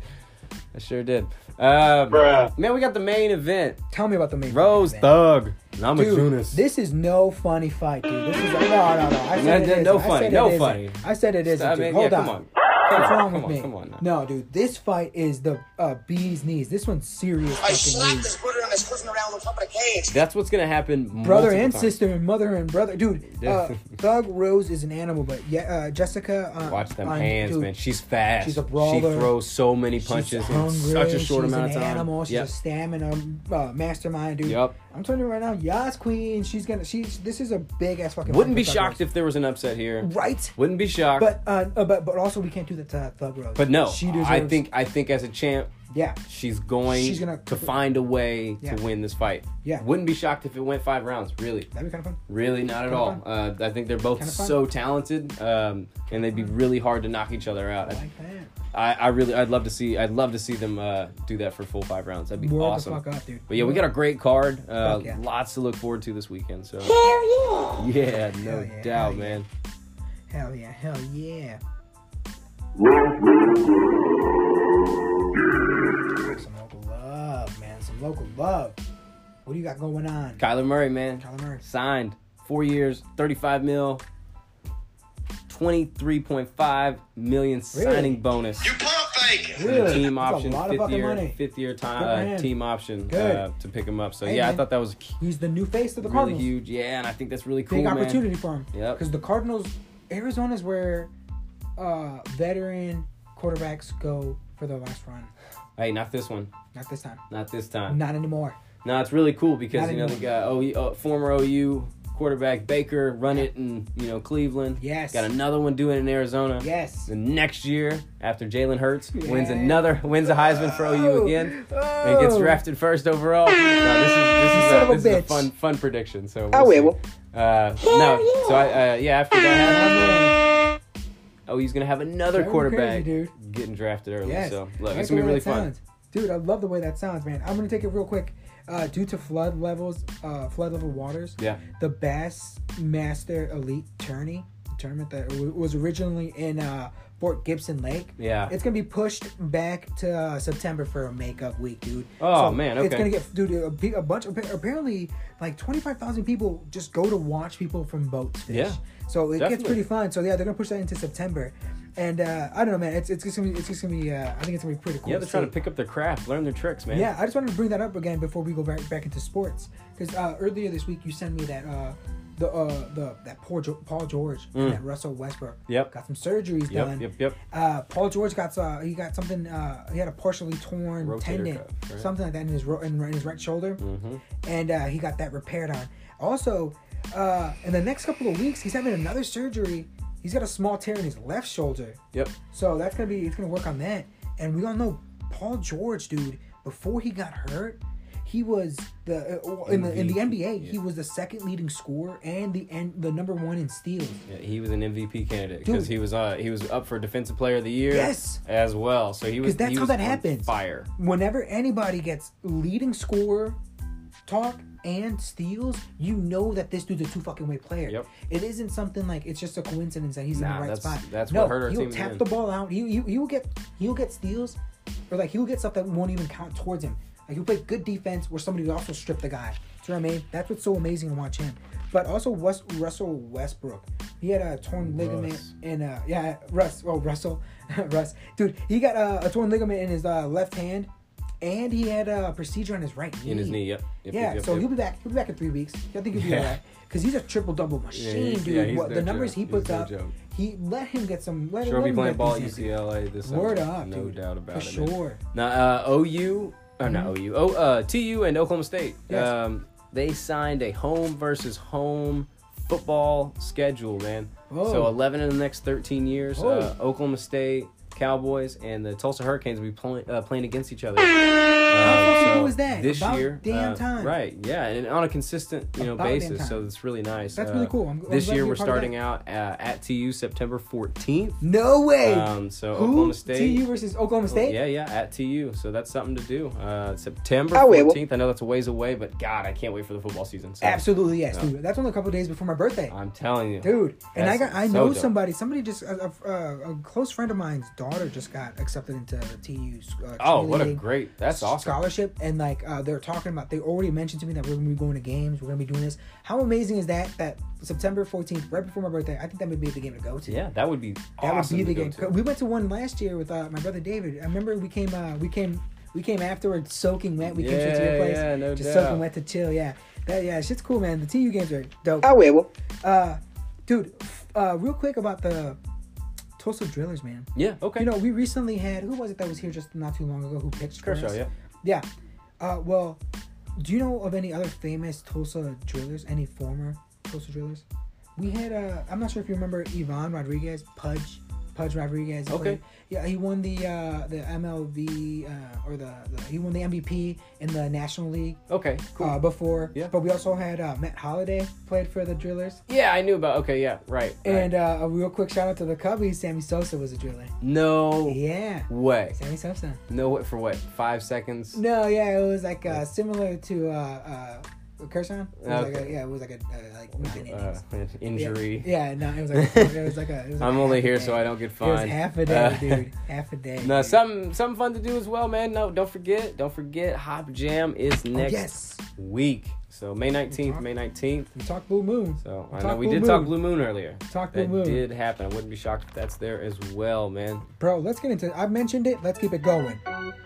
I sure did. Um, Bruh. man, we got the main event. Tell me about the main event, Rose man. Thug. Dude, Namajunas. this is no funny fight, dude. This is no, no, no. I said No, it no isn't. I funny, said no it isn't. funny. I said it isn't. I dude. mean, Hold yeah, on. come on. Come What's on, wrong come with me? on, come on now. No, dude, this fight is the uh, bee's knees. This one's serious I fucking slapped knees. this brother and I squished him around on top of the cage. That's what's gonna happen. Brother multiple and times. sister and mother and brother, dude. Uh, Dude. Thug Rose is an animal, but yeah, uh, Jessica. Uh, Watch them on- hands, dude, man. She's fast. She's a brawler. She throws so many she's punches in hungry, such a short she's amount an of time. Animal. She's Yep. a stamina uh, mastermind, dude. Yep. I'm telling you right now, Yas Queen. She's gonna. She's. This is a big ass fucking. Wouldn't fight be for Thug shocked Rose. if there was an upset here. Right. Wouldn't be shocked. But uh, uh, but but also we can't do that to Thug Rose. But no, she deserves. I think I think as a champ, yeah, she's going She's gonna- to find a way Yeah. to win this fight. Yeah. wouldn't be shocked if it went five rounds. Really, that'd be kind of fun. really not at all. Uh, I think they're both Kinda fun. so talented, um, and they'd be really hard to knock each other out. I, Like that. I, I really, I'd love to see, I'd love to see them uh, do that for full five rounds. That'd be Word the awesome. fuck up, dude. But yeah, we got a great card. Uh, Fuck yeah. Lots to look forward to this weekend. So Hell yeah. yeah, no Hell yeah, hell yeah. doubt, man. Hell yeah, hell yeah. Some local love, man. Some local love. What do you got going on? Kyler Murray, man. Kyler Murray. Signed. Four years, 35 mil, 23.5 million Really? signing bonus. You pump faking. And a Really? Team That's a option, lot of fifth fucking year, money. fifth year Good for time, uh, him. team option Good. uh, to pick him up. So Hey, yeah, man. I thought that was He's the new face of the really Cardinals. huge. Yeah, and I think that's really cool. Big man. opportunity for him. Yep. Because the Cardinals, Arizona's where uh, veteran quarterbacks go for their last run. Hey, not this one. Not this time. Not this time. Not anymore. No, it's really cool because Not you know the anymore. guy, oh, he- uh, former OU quarterback Baker, run it in you know Cleveland. Yes. Got another one doing it in Arizona. Yes. The next year, after Jalen Hurts wins Yeah. another wins a Heisman for OU again and gets Oh. drafted first overall. No, this is this is, Son a, of a this is a bitch. fun fun prediction. So I see. will. Uh, no, so I, uh, yeah, after that, oh, he's gonna have another Driving me quarterback crazy, getting drafted early. Yes. So I look, like it's the gonna be way really that fun. sounds. Dude, I love the way that sounds, man. I'm gonna take it real quick. Uh, due to flood levels, uh, flood level waters, Yeah. the Bass Master Elite Tourney tournament that w- was originally in uh, Fort Gibson Lake. Yeah. It's gonna be pushed back to uh, September for a makeup week, dude. Oh, man, It's okay. gonna get dude a, pe- a bunch. Of, apparently, like twenty five thousand people just go to watch people from boats fish. Yeah. So it gets Definitely. pretty fun. So yeah, they're gonna push that into September, and uh, I don't know, man. It's it's just gonna be it's just gonna be. Uh, I think it's gonna be pretty cool. Yeah, they're see. trying to pick up their craft, learn their tricks, man. Yeah, I just wanted to bring that up again before we go back back into sports because uh, earlier this week you sent me that uh, the uh, the that poor jo- Paul George and that Russell Westbrook. Mm. Yep. Got some surgeries Yep, done. yep, yep. Uh, Paul George got uh, he got something. Uh, he had a partially torn Rotator tendon, cuff, right? Mm-hmm. something like that in his ro- in, in his right shoulder, and uh, he got that repaired on. Also, uh, in the next couple of weeks, he's having another surgery. He's got a small tear in his left shoulder. Yep. So that's gonna be it's gonna work on that. And we all know Paul George, dude. Before he got hurt, he was the uh, in the in the MVP, NBA he was the second leading scorer and the and the number one in steals. Yeah, he was an MVP candidate because Dude. he was uh, he was up for Defensive Player of the Year. Yes. As well, so he was. Because that's he how was that on happens. Fire. Whenever anybody gets leading scorer talk and steals, you know that this dude's a two fucking way player. Yep. It isn't something like it's just a coincidence that he's in Nah, the right that's- spot. that's no, what hurt our he'll team tap then. the ball out. He he he'll get he'll get steals, or like he'll get stuff that won't even count towards him. Like he'll play good defense where somebody will also strip the guy. Do you know what I mean? That's what's so amazing to watch him. But also West, Russell Westbrook, he had a torn ligament Russ. in uh yeah Russ well Russell Russ dude he got uh, a torn ligament in his uh, left hand, and he had a procedure on his right knee. In his knee. Yep. Yep, Yeah, yep, yep, so yep. he'll be back. He'll be back in three weeks. I think he'll be Yeah. alright because he's a triple double machine, he's- dude. yeah, he's what, the no numbers joke. he He's puts no up, joke. he let him get some. Let, Sure, let will be him playing get ball at these in. UCLA this summer. Word up, no dude. doubt about For it. man. sure. Now, uh, OU, or not OU, oh, uh, TU and Oklahoma State. Yes. Um, they signed a home versus home football schedule, man. So Oh. 11 in the next 13 years. Oh. Uh, Oklahoma State, Cowboys, and the Tulsa Hurricanes will be play, uh, playing against each other. Uh, fucking knew was that? This About year. damn uh, time. Right, yeah, and on a consistent you know About damn basis. time. So it's really nice. That's Uh, really cool. I'm- I'm this glad year you're we're part of that. starting out uh, at TU September 14th. No way. Um, so Who? Oklahoma State. Oh, TU versus Oklahoma State. Yeah, yeah, at TU. So that's something to do. Uh, Oh, September I will. 14th. I know that's a ways away, but God, I can't wait for the football season. So Absolutely yes, dude. That's only a couple days before my birthday. I'm telling you, Dude, and I That's got I so know dope. somebody. Somebody just a, a, a- a close friend of mine's daughter just got accepted into the TU. 's, Uh, Oh, what a cheerleading great! That's awesome. scholarship and like uh, they're talking about they already mentioned to me that we're gonna be going to games we're gonna be doing this how amazing is that that september 14th right before my birthday i think that would be the game to go to Yeah, that would be that awesome would be the to game go to. we went to one last year with uh, my brother david i remember we came uh, we came we came afterwards soaking wet we came straight to Yeah, your place yeah, no just doubt. soaking wet to chill yeah that, yeah shit's cool man the tu games are dope I will. uh, dude f- uh, real quick about the tulsa drillers man Yeah, okay. you know, we recently had who was it that was here just not too long ago who pitched for Kershaw, us? yeah. Yeah. Uh, well, do you know of any other famous Tulsa drillers? Any former Tulsa drillers? We had uh, I'm not sure if you remember Ivan Rodriguez, Pudge, Pudge Rodriguez. Okay. played- yeah, he won the uh, the MLB uh, or the, the he won the MVP in the National League okay, cool. uh, before. Yeah. But we also had uh, Matt Holliday played for the Drillers. yeah, I knew about. Okay, yeah, right. right. And uh, a real quick shout out to the Cubbies. Sammy Sosa was a driller. no Yeah. way, Sammy Sosa. no way for what? Five seconds. No, yeah, it was like uh, similar to uh, uh, Kershaw. It was like a, Okay. yeah, it was like a uh, like nine Uh, innings. Yeah. injury. Yeah, no, it was like it was like a. It was like I'm a only half a here day. so I don't get It was fined. half a day, Uh, dude. Half a day. No, dude. something something fun to do as well, man. No, don't forget, don't forget, Hop Jam is Oh, next yes, week. So May nineteenth, May nineteenth. we talked Blue Moon. So We I know talked we Blue did talk Moon. Blue Moon earlier. Talk Blue that Moon. did happen. I wouldn't be shocked if that's there as well, man. Bro, let's get into. I mentioned it. Let's keep it going.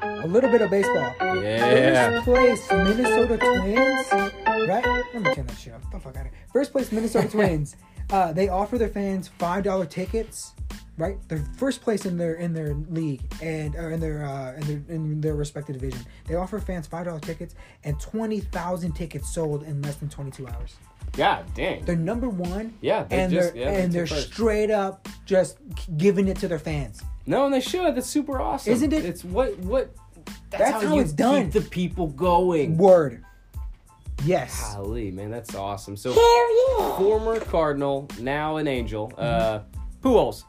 A little bit of baseball. Yeah. First place Minnesota Twins, right? Let me turn that shit off. The fuck out of here. First place Minnesota Twins. Uh, they offer their fans five dollar tickets right? They're first place in their in their league and or in their uh, in their in their respective division. They offer fans five dollar tickets and twenty thousand tickets sold in less than twenty two hours. God dang. They're number one. Yeah, they and just- they're yeah, they and took they're first. straight up just giving it to their fans. No, and they should. That's super awesome. Isn't it? It's what what. That's how you it's done. Keep the people going. Word. Yes. Golly, man, that's awesome. So former Cardinal, now an Angel. Uh, Pujols,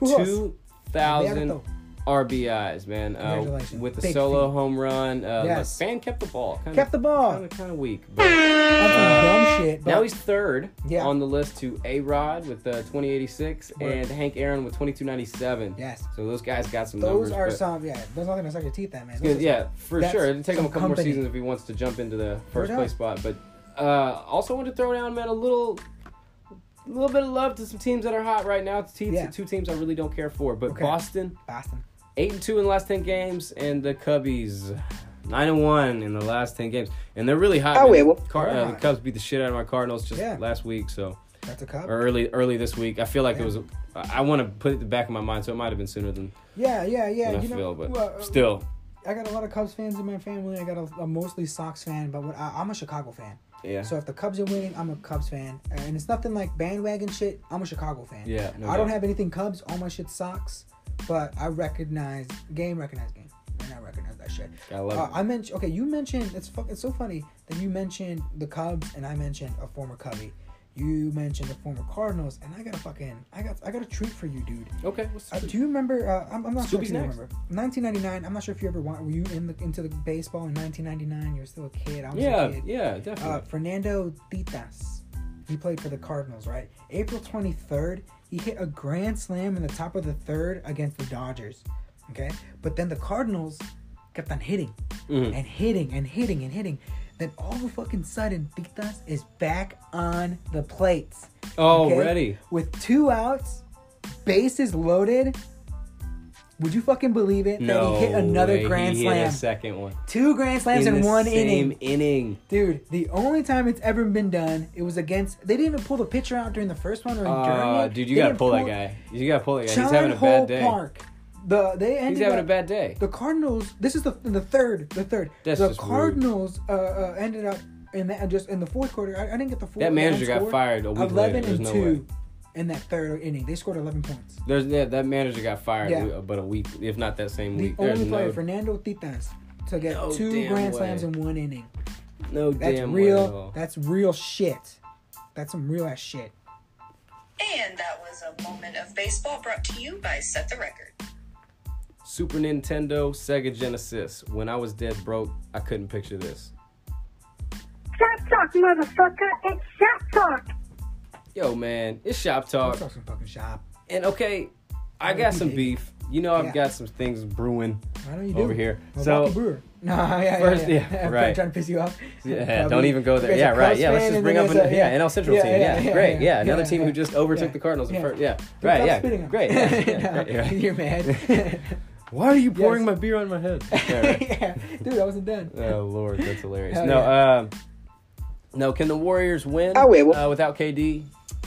Pujols. two thousand Roberto. RBIs, man. Uh, Congratulations. with the Big solo feat. home run. Uh, Yes. Fan kept the ball. Kind Kept the ball. Kind of, kind of weak. But That's some dumb shit. but- now he's third Yeah. on the list to A Rod with uh, twenty eighty six Word. and Hank Aaron with twenty two ninety seven. Yes. So those guys got some numbers. those are but- some. Yeah, there's nothing to suck your teeth at, man. Yeah, Those are yeah, for That's sure. It'll take him a some couple more company. seasons if he wants to jump into the first doubt. place spot. But uh, also want to throw down, man, a little, little bit of love to some teams that are hot right now. It's te- Yeah. two teams I really don't care for, but Okay. Boston Boston. eight and two in the last ten games, and the Cubbies nine and one in the last ten games, and they're really hot. Oh, man. wait, well- Car- They're uh, the hot. Cubs beat the shit out of my Cardinals just Yeah. last week, so That's a cup. or early early this week. I feel like Yeah. it was. I want to put it back in my mind, so it might have been sooner than, yeah, yeah, yeah. than I you know, feel, but well, uh, still. I got a lot of Cubs fans in my family. I got a, a mostly Sox fan, but what, I, I'm a Chicago fan. Yeah. So if the Cubs are winning, I'm a Cubs fan, and it's nothing like bandwagon shit. I'm a Chicago fan. Yeah, no I don't doubt. have anything Cubs. All my shit Sox, but I recognize game, recognize game, and I recognize that shit. I love Uh, it. I mentioned okay. You mentioned it's fuck. It's so funny that you mentioned the Cubs, and I mentioned a former Cubby. You mentioned the former Cardinals, and I got a fucking I got I got a treat for you, dude. Okay. what's- Uh, do you remember? Uh, I'm, I'm not sure if Scooby's you next. remember. 1999. I'm not sure if you ever wa- were you in the into the baseball in 1999. You were still a kid. I was a Yeah, kid. yeah, Uh, definitely. Fernando Titas. He played for the Cardinals, right? April 23rd, he hit a grand slam in the top of the third against the Dodgers. Okay, but then the Cardinals kept on hitting Mm-hmm. and hitting and hitting and hitting. Then all of a fucking sudden, Titas is back on the plates. Uh, Okay? Already. With two outs, bases loaded. Would you fucking believe it that he hit another way, he grand hit slam? a second one. two grand slams in, the one same inning. Dude, the only time it's ever been done, it was against. They didn't even pull the pitcher out during the first one or during Uh, it. dude, you They gotta didn't pull that guy. You gotta pull that guy. John He's having a Hall bad day. Park. The they ended He's having up- a bad day. The Cardinals. This is the the third. The third. That's the just rude. Cardinals uh, uh, ended up in that just in the fourth quarter. I, I didn't get the fourth. That manager got fired a week later. There's and no two in that third inning. They scored eleven points. There's yeah, that manager got fired Yeah. yeah. but a week, if not that same The week. There's only player, no, Fernando Titas, to get No two damn grand way. slams in one inning. no That's damn way at real. all. That's real shit. That's some real ass shit. And that was a moment of baseball brought to you by Set the Record. Super Nintendo, Sega Genesis. When I was dead broke, I couldn't picture this. Shop talk, motherfucker. It's shop talk. Yo, man, it's shop talk. Let's talk some fucking shop. And okay, I What got you some did. beef. You know, I've Yeah. got some things brewing. I know you do. Over here. Milwaukee So- Brewer. Nah, yeah, First- yeah, yeah, I'm right. trying to piss you off. Yeah, Probably. don't even go there. There's a Yeah, right. Cubs Yeah, let's fan just and bring then up an, there's a- yeah, NL Central team. Yeah, great. Yeah, another yeah, team who yeah, just overtook yeah, the Cardinals. in yeah. first, yeah, Dude, right. stop Yeah, spitting on great. me. yeah, yeah, No, right, yeah, right. You're mad. Why are you pouring Yes. my beer on my head? Yeah, right. yeah, dude, I wasn't done. Oh Lord, that's hilarious. Hell no, yeah. um, no. Can the Warriors win? I will. Uh, without KD,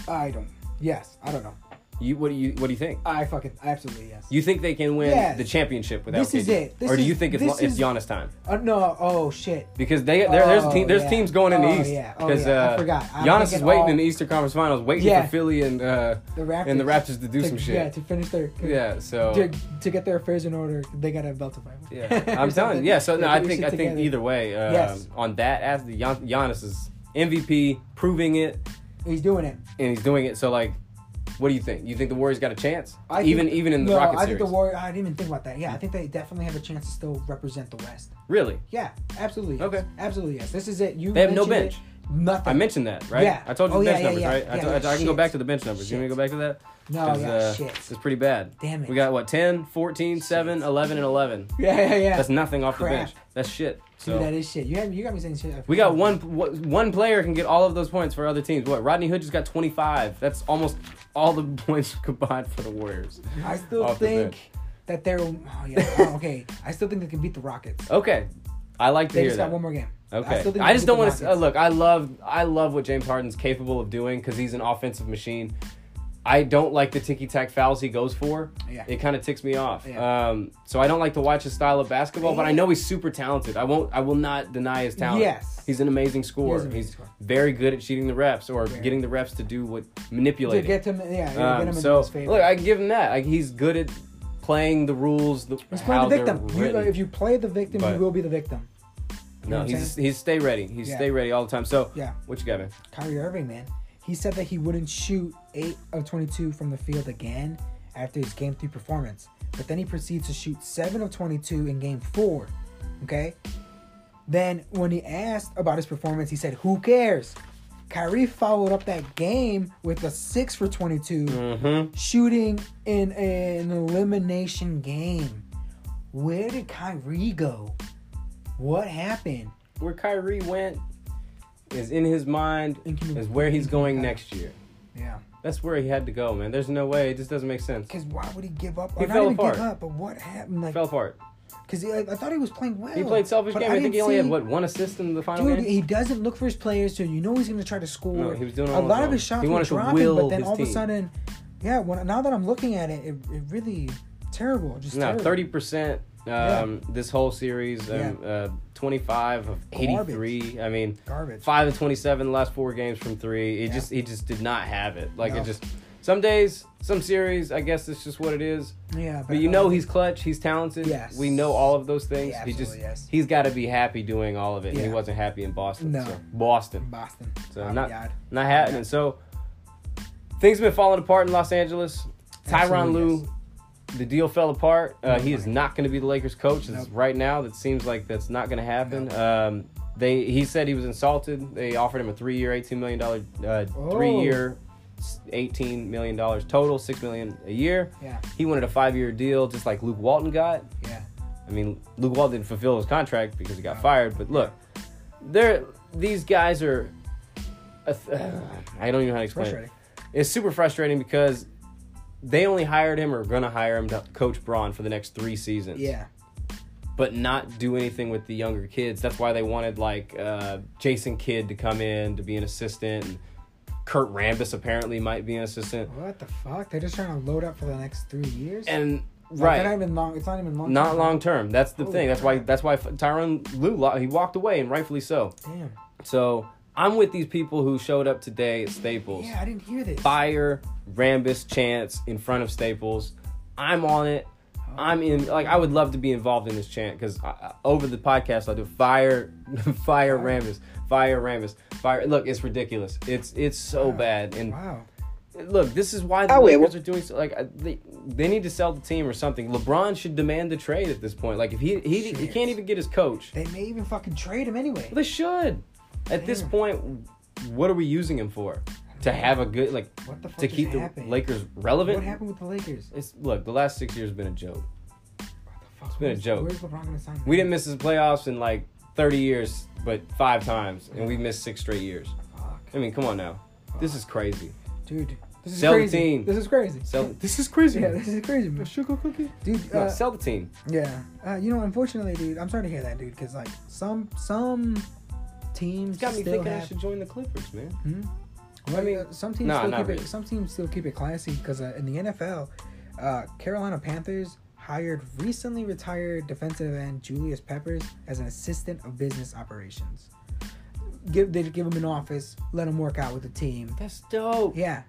I don't. Yes, I don't know. you what do you what do you think? I fucking absolutely yes. You think they can win Yes. the championship without This KD, is it. This or do you is- think it's this lo- it's is- Giannis time? Uh, no. Oh shit. Because they there, there's Oh, te- there's yeah. teams going in Oh, the East yeah. Oh, because yeah. I uh, forgot. I'm Giannis is thinking waiting all- in the Eastern Conference Finals, waiting Yeah. for Philly and uh, The Raptors and the Raptors to do to, some Yeah, shit. to finish their. Yeah, so To, to get their affairs in order, they gotta belt a Bible. yeah, I'm done. Yeah, so no, I think I think either way uh, Yes. on that as the Gian- Giannis is MVP, proving it, He's doing it. and he's doing it. So like, what do you think? You think the Warriors got a chance? I even think- even in the no, Rockets I series, think the Warriors. I didn't even think about that. Yeah, I think they definitely have a chance to still represent the West. really? Yeah, absolutely. yes. Okay. absolutely. Yes, this is it. You. They have no mentioned it. Nothing. I mentioned that, right? Yeah. I told you Oh, the yeah, bench yeah, numbers, yeah. right? I, Yeah, told- I, yeah, I can go shit. back to the bench numbers. You want me to go back to that? No, 'Cause, yeah, uh, shit. It's pretty bad. Damn it. We got what 10, 14, 7, 11, and 11. Yeah, yeah, yeah. That's nothing off the Crap. bench. That's shit. So Dude, that is shit. You have you got me saying shit. we got one wh- one player can get all of those points for other teams. What? Rodney Hood just got 25. That's almost all the points combined for the Warriors. I still off the think bench. that they're. Oh, yeah. oh, okay. I still think they can beat the Rockets. Okay. I like to They hear just that. got one more game. Okay. still think I, they just can beat don't want the to uh, Rockets. look. I love I love what James Harden's capable of doing because he's an offensive machine. I don't like the ticky tack fouls he goes for. Yeah. It kind of ticks me off. Yeah. Um, so I don't like to watch his style of basketball, but I know he's super talented. I won't. I will not deny his talent. Yes. He's an amazing scorer. amazing he's scorer. very good at cheating the refs or getting the refs to do what to manipulating. get him, yeah, yeah, Um, get him in so his favor. look, I can give him that. Like, he's good at playing the rules. The, He's how playing the they're victim. You, written. if you play the victim, you But- will be the victim. know no, what I'm he's saying? he's stay ready. He's Yeah. stay ready all the time. So Yeah. what you got, man? Kyrie Irving, man, he said that he wouldn't shoot eight of 22 from the field again after his game three performance, but then he proceeds to shoot seven of 22 in game four. Okay. Then when he asked about his performance, he said, "Who cares?" Kyrie followed up that game with a six for 22, shooting in an elimination game. Where did Kyrie go? What happened? Where Kyrie went is in his mind And can- is where he's and can- going next year. Yeah. That's where he had to go, man. There's no way. It just doesn't make sense. Because why would he give up? Or He not fell even apart. give up, but what happened? Like, Fell apart. because I, I thought he was playing well. He played selfish but game. I, think didn't he only had see- what one assist in the final Dude, game. he doesn't look for his players, so you know he's going to try to score. No, he was doing it a on his lot of own. his shots He were wanted to dropping, will but then his all of a team. sudden, yeah. When now that I'm looking at it, it, it really terrible. Just no, terrible. thirty percent. Um, This whole series, um, Yeah. uh, twenty-five of Garbage. eighty-three. I mean, Garbage. Five of twenty-seven last four games from three. It Yeah. just he just did not have it. Like No. it just some days, some series. I guess it's just what it is. Yeah, uh, But you I know don't he's clutch. He's talented. Yes. We know all of those things. Yeah, he just absolutely, yes. he's got to be happy doing all of it. And he Yeah. wasn't happy in Boston. No. So. Boston. think Boston. So Oh, uh, not God. not happening. So things have been falling apart in Los Angeles. Tyron Absolutely, Lue, the deal fell apart. Uh, he is not going to be the Lakers coach It's Nope. right now. That seems like that's not going to happen. Um, they he said he was insulted. They offered him a three-year, eighteen million dollar, uh, Oh. three-year, eighteen million dollars total, six million a year. Yeah. He wanted a five-year deal, just like Luke Walton got. Yeah. I mean, Luke Walton didn't fulfill his contract because he got fired. But look, they're these guys are. a th- I don't even know how to explain. It. Frustrating. It's super frustrating because they only hired him or gonna hire him to coach Braun for the next three seasons. Yeah. But not do anything with the younger kids. That's why they wanted like uh, Jason Kidd to come in to be an assistant. And Kurt Rambis apparently might be an assistant. What the fuck? They're just trying to load up for the next three years. And Like, right, They're not even long. It's not even long. not long term. That's the Holy thing. That's why. crap. That's why Tyron Lue lo- he walked away and rightfully so. Damn. So I'm with these people who showed up today at Staples. Yeah, I didn't hear this. Fire Rambus Chance in front of Staples. I'm on it. Oh. I'm in. Like I would love to be involved in this chant because over the podcast I'll do fire, fire Rambus, fire Rambus, fire. Look, it's ridiculous. It's it's so bad and Wow. look, this is why the I will. Lakers are doing so, like I- they, they need to sell the team or something. LeBron should demand the trade at this point. Like if he he, he Shit. can't even get his coach, They may even fucking trade him anyway. they should. At this Damn. point, what are we using him for? To have a good like What the fuck to is keep the happening? Lakers relevant? What happened with the Lakers? It's look, the last six years have been a joke. It's been a joke. Where's LeBron gonna sign? We didn't miss the playoffs in like 30 years, but five times, and we missed six straight years. Fuck. I mean, come on now, this is crazy. dude. This is Sell the crazy. team. This is crazy. Sell this is crazy. yeah, this is crazy, man. sugar cookie. dude. No, Uh, sell the team. yeah, uh, you know, unfortunately, dude, I'm sorry to hear that, dude, because like some some teams It's got me still thinking I have. should join the Clippers, man. Well, I mean, uh, some teams nah, still not keep really. it. Some teams still keep it classy because uh, in the NFL, uh, Carolina Panthers hired recently retired defensive end Julius Peppers as an assistant of business operations. Give they give him an office, let him work out with the team. That's dope. Yeah,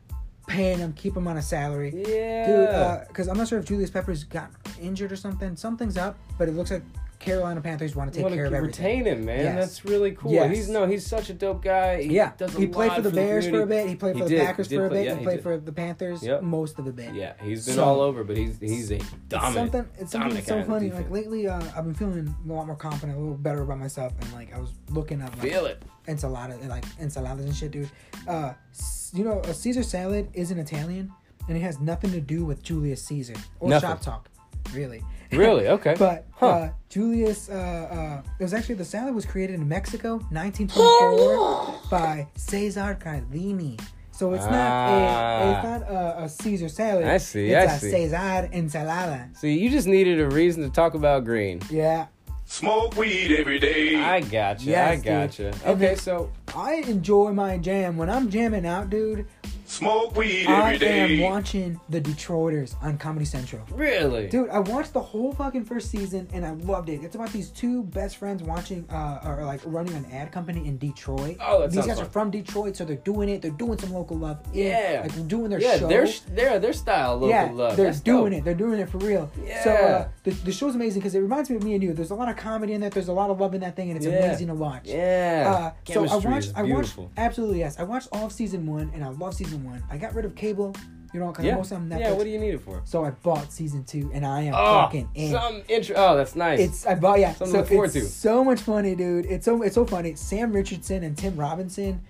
paying him, keep him on a salary. Yeah. Dude, uh, because I'm not sure if Julius Peppers got injured or something. Something's up, but it looks like Carolina Panthers want to take Want care of to everything. retain him, man. Yes. That's really cool. Yes. He's no, he's such a dope guy. He yeah, does a he played lot for the Bears for a community. bit. He played He for the did. He Packers did for a play- bit. yeah, he he played did. for the Panthers Yep. most of the bit. Yeah, he's been So- all over, but he's he's a It's dominant. something. It's something dominant that's so guy on the funny. Like defense. lately, uh, I've been feeling a lot more confident, a little better about myself, and like I was looking up like, Feel it. ensalada, like ensaladas and shit, dude. Uh, s- you know, a Caesar salad is an Italian, and it has nothing to do with Julius Caesar or Nothing. shop talk, really. Really? Okay. But Huh. uh, Julius, uh, uh, it was actually the salad was created in Mexico, 1924, by Cesar Cardini. So it's not a, it's Ah. not a, a Caesar salad. I see, It's I a see. Cesar ensalada. See, you just needed a reason to talk about green. Yeah, Smoke weed every day. I gotcha. Yes, I dude. gotcha. And Okay, then- so I enjoy my jam when I'm jamming out, dude. Smoke weed I every am day. watching the Detroiters on Comedy Central. Really? Dude, I watched the whole fucking first season and I loved it. It's about these two best friends watching uh or like running an ad company in Detroit. Oh, that These sounds guys fun. are from Detroit, so they're doing it. They're doing some local love. Yeah. Like they're doing their yeah, show. their sh- their their style of local yeah, love. they're That's doing dope. it. They're doing it for real. So uh, Yeah. the, the show's amazing because it reminds me of me and you. There's a lot of comedy in that. There's a lot of love in that thing, and it's Yeah. amazing to watch. Uh, Yeah. so I Chemistry watched. is I watched. beautiful. Absolutely yes. I watched all of season one, and I love season one. I got rid of cable, you know, because Yeah. most of them Netflix. yeah. What do you need it for? so I bought season two, and I am Oh, fucking in. some intro. Oh, that's nice. It's I bought yeah. Something so to look forward it's to. so much funny, dude. It's so it's so funny. Sam Richardson and Tim Robinson.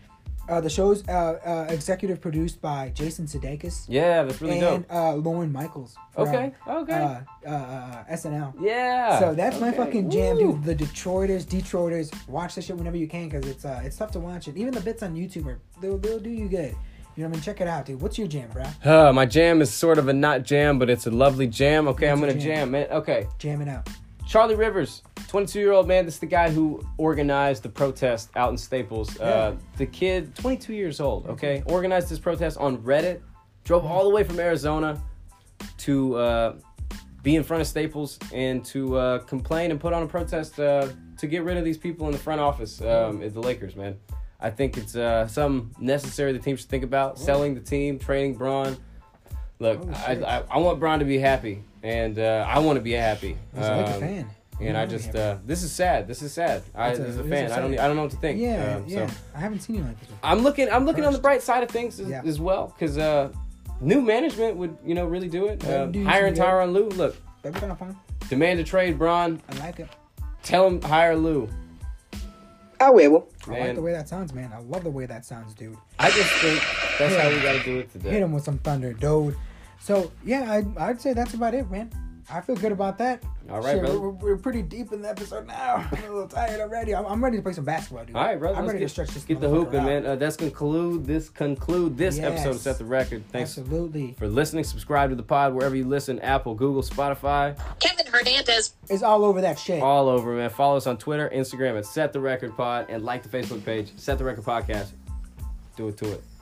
Uh, the show's uh, uh, executive produced by Jason Sudeikis yeah, that's really and dope. uh, Lauren Michaels. from, Okay, okay. Uh, uh, uh, SNL. yeah. So that's my okay. fucking jam, Woo. dude. The Detroiters, Detroiters, watch this shit whenever you can because it's uh, it's tough to watch it. Even the bits on YouTube are they'll, they'll do you good. You know what I mean? Check it out, dude. What's your jam, bro? Uh, my jam is sort of a not jam, but it's a lovely jam. Okay, I'm a gonna jam. jam, man. Okay, Jam it out. Charlie Rivers, 22 year old man. This is the guy who organized the protest out in Staples. Uh, the kid, 22 years old. Okay, organized this protest on Reddit. Drove all the way from Arizona to uh, be in front of Staples and to uh, complain and put on a protest uh, to get rid of these people in the front office um, at the Lakers, man. I think it's uh, something necessary the team should think about. Selling the team, training Braun. Look, Oh, I, shit. I, I want Braun to be happy, and uh, I want to be happy. He's like a Um, fan. And I Love just him. uh, this is sad. This is sad. I, It's a- as a it's fan, a I don't e, sad- I don't know what to think. Yeah, Um, yeah. So I haven't seen you like this. Before. I'm looking I'm looking on the Crushed. bright side of things as, Yeah. as well because uh, new management would you know really do it. That'd Uh, do hiring some good. Tyron Lue. Look, That'd be kind of fun. demand a trade, Braun. I like it. Tell him hire Lou. Ah, huevo. I like Man. the way that sounds, man. I love the way that sounds, dude. I just think that's how we gotta do it today. Hit him with some thunder, dude. So yeah, I'd, I'd say that's about it, man. I feel good about that. All right, Shit, brother. We're, we're pretty deep in the episode now. I'm a little tired already. I'm, I'm ready to play some basketball, dude. All right, brother. I'm let's ready get, to stretch this. Get the motherfucker hooping, out. man. Uh, that's conclude this conclude this episode. Yes. Set the record. Thanks Absolutely. for listening. Subscribe to the pod wherever you listen. Apple, Google, Spotify. Kevin Hernandez. It's all over that shit. all over, man. Follow us on Twitter, Instagram at Set the Record Pod, and like the Facebook page, Set the Record Podcast. Do it to it.